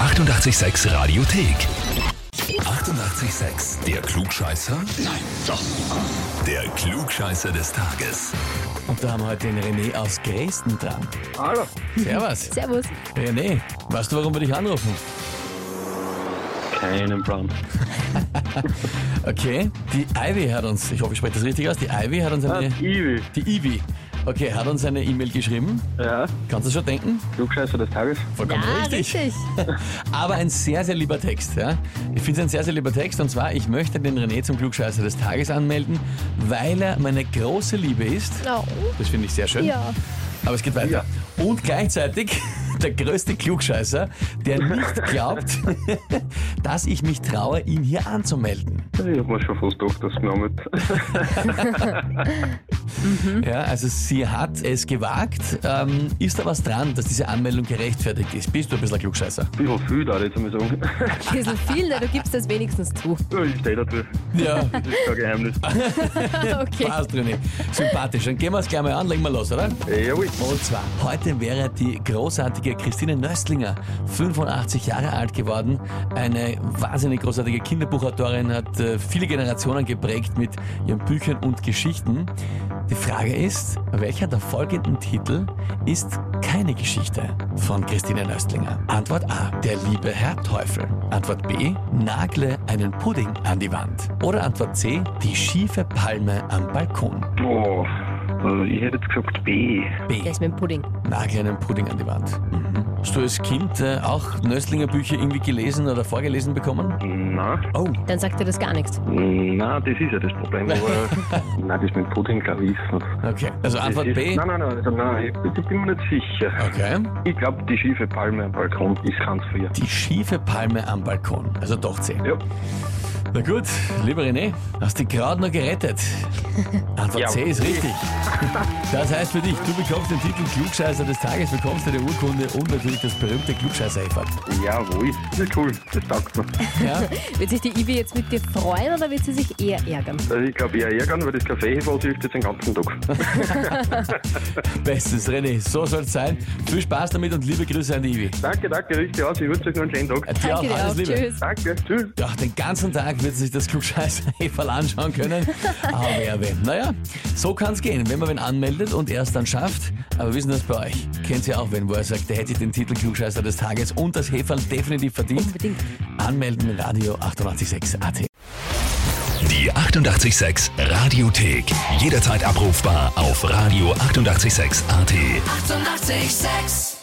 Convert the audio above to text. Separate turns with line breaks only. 886 Radiothek. 88,6. Der Klugscheißer? Nein, doch. Der Klugscheißer des Tages.
Und da haben wir heute den René aus Dresden dran.
Hallo.
Servus.
Servus.
René, weißt du, warum wir dich anrufen?
Keinen Plan.
Okay, die Ivy hat uns, ich hoffe, ich spreche das richtig aus, die Ivy hat
Ah,
uns eine,
Ivi.
Ah, die Ivy, okay, hat uns eine E-Mail geschrieben.
Ja,
Kannst du schon denken?
Klugscheißer des Tages.
Vollkommen
Ja,
richtig.
richtig.
Aber ein sehr, sehr lieber Text, ja. Ich finde es ein sehr, sehr lieber Text und zwar, ich möchte den René zum Klugscheißer des Tages anmelden, weil er meine große Liebe ist.
Oh,
Das finde ich sehr schön.
ja.
Aber es geht weiter. Und gleichzeitig der größte Klugscheißer, der nicht glaubt, dass ich mich traue, ihn hier anzumelden.
Ich hab mir schon fast gedacht, dass genau mit.
Ja, also sie hat es gewagt. Ähm, ist da was dran, dass diese Anmeldung gerechtfertigt ist? Bist du ein bisschen ein Klugscheißer?
Ich hab viel da, jetzt mal sagen.
Ein bisschen viel, na, du gibst das wenigstens zu.
Ja, Ich stehe dazu.
Ja,
Das ist kein Geheimnis.
Okay.
passt René. Sympathisch. Dann gehen wir es gleich mal an, legen wir los, oder?
Jawohl.
Und zwar, heute wäre die großartige Christine Nöstlinger 85 Jahre alt geworden. Eine wahnsinnig großartige Kinderbuchautorin, hat äh, viele Generationen geprägt mit ihren Büchern und Geschichten. Die Frage ist, welcher der folgenden Titel ist keine Geschichte von Christine Nöstlinger? Antwort A, der liebe Herr Teufel. Antwort B, nagle einen Pudding an die Wand. Oder Antwort C, die schiefe Palme am Balkon.
Boah. Also, ich hätte jetzt gesagt B.
B.
Der ist mit dem Pudding.
Nagel einen Pudding an die Wand.
Mhm.
Hast du als Kind äh, auch Nöstlinger Bücher irgendwie gelesen oder vorgelesen bekommen?
Na,
Oh,
Dann sagt er das gar nichts.
na, das ist ja das Problem. Aber, nein, das mit Pudding, glaube ich, ist nicht.
okay. Also
Das
Antwort
ist,
B. Ah.
Nein, nein, nein, also, nein, ich, ich bin mir nicht sicher.
Okay.
Ich glaube, die schiefe Palme am Balkon ist ganz fair.
Die schiefe Palme am Balkon. Also doch C.
Ja,
Na gut, lieber René, hast dich gerade noch gerettet. Antwort
Ja.
C ist richtig. Das heißt für dich, du bekommst den Titel Klugscheißer des Tages, bekommst deine Urkunde und natürlich das berühmte klugscheißer -Effort.
jawohl. Ja, cool. Das taugt mir.
Ja?
Wird sich die Ivi jetzt mit dir freuen oder wird sie sich eher ärgern?
Also, ich glaube, eher ärgern, weil das Café hier war, ich jetzt den ganzen Tag.
Bestes, René, so soll's sein. Viel Spaß damit und liebe Grüße an die Ivi.
Danke, danke, richtig aus. Ich wünsche euch noch einen schönen Tag.
Dir auch
Danke dir
alles
auch.
Liebe.
Tschüss.
Danke, tschüss.
Ja, den ganzen Tag wird sie sich das Klugscheißer-Heferl anschauen können. Aber wer will. Naja, so kann's gehen, wenn man wen anmeldet und er es dann schafft. Aber wissen das bei euch? Kennt ihr auch wen, wo er sagt, der hätte sich den Titel Klugscheißer des Tages und das Heferl definitiv verdient?
Unbedingt.
Anmelden, Radio 886 AT.
Die 88,6 Radiothek. Jederzeit abrufbar auf radio886.at. 88,6.
Eighty-eight, sex.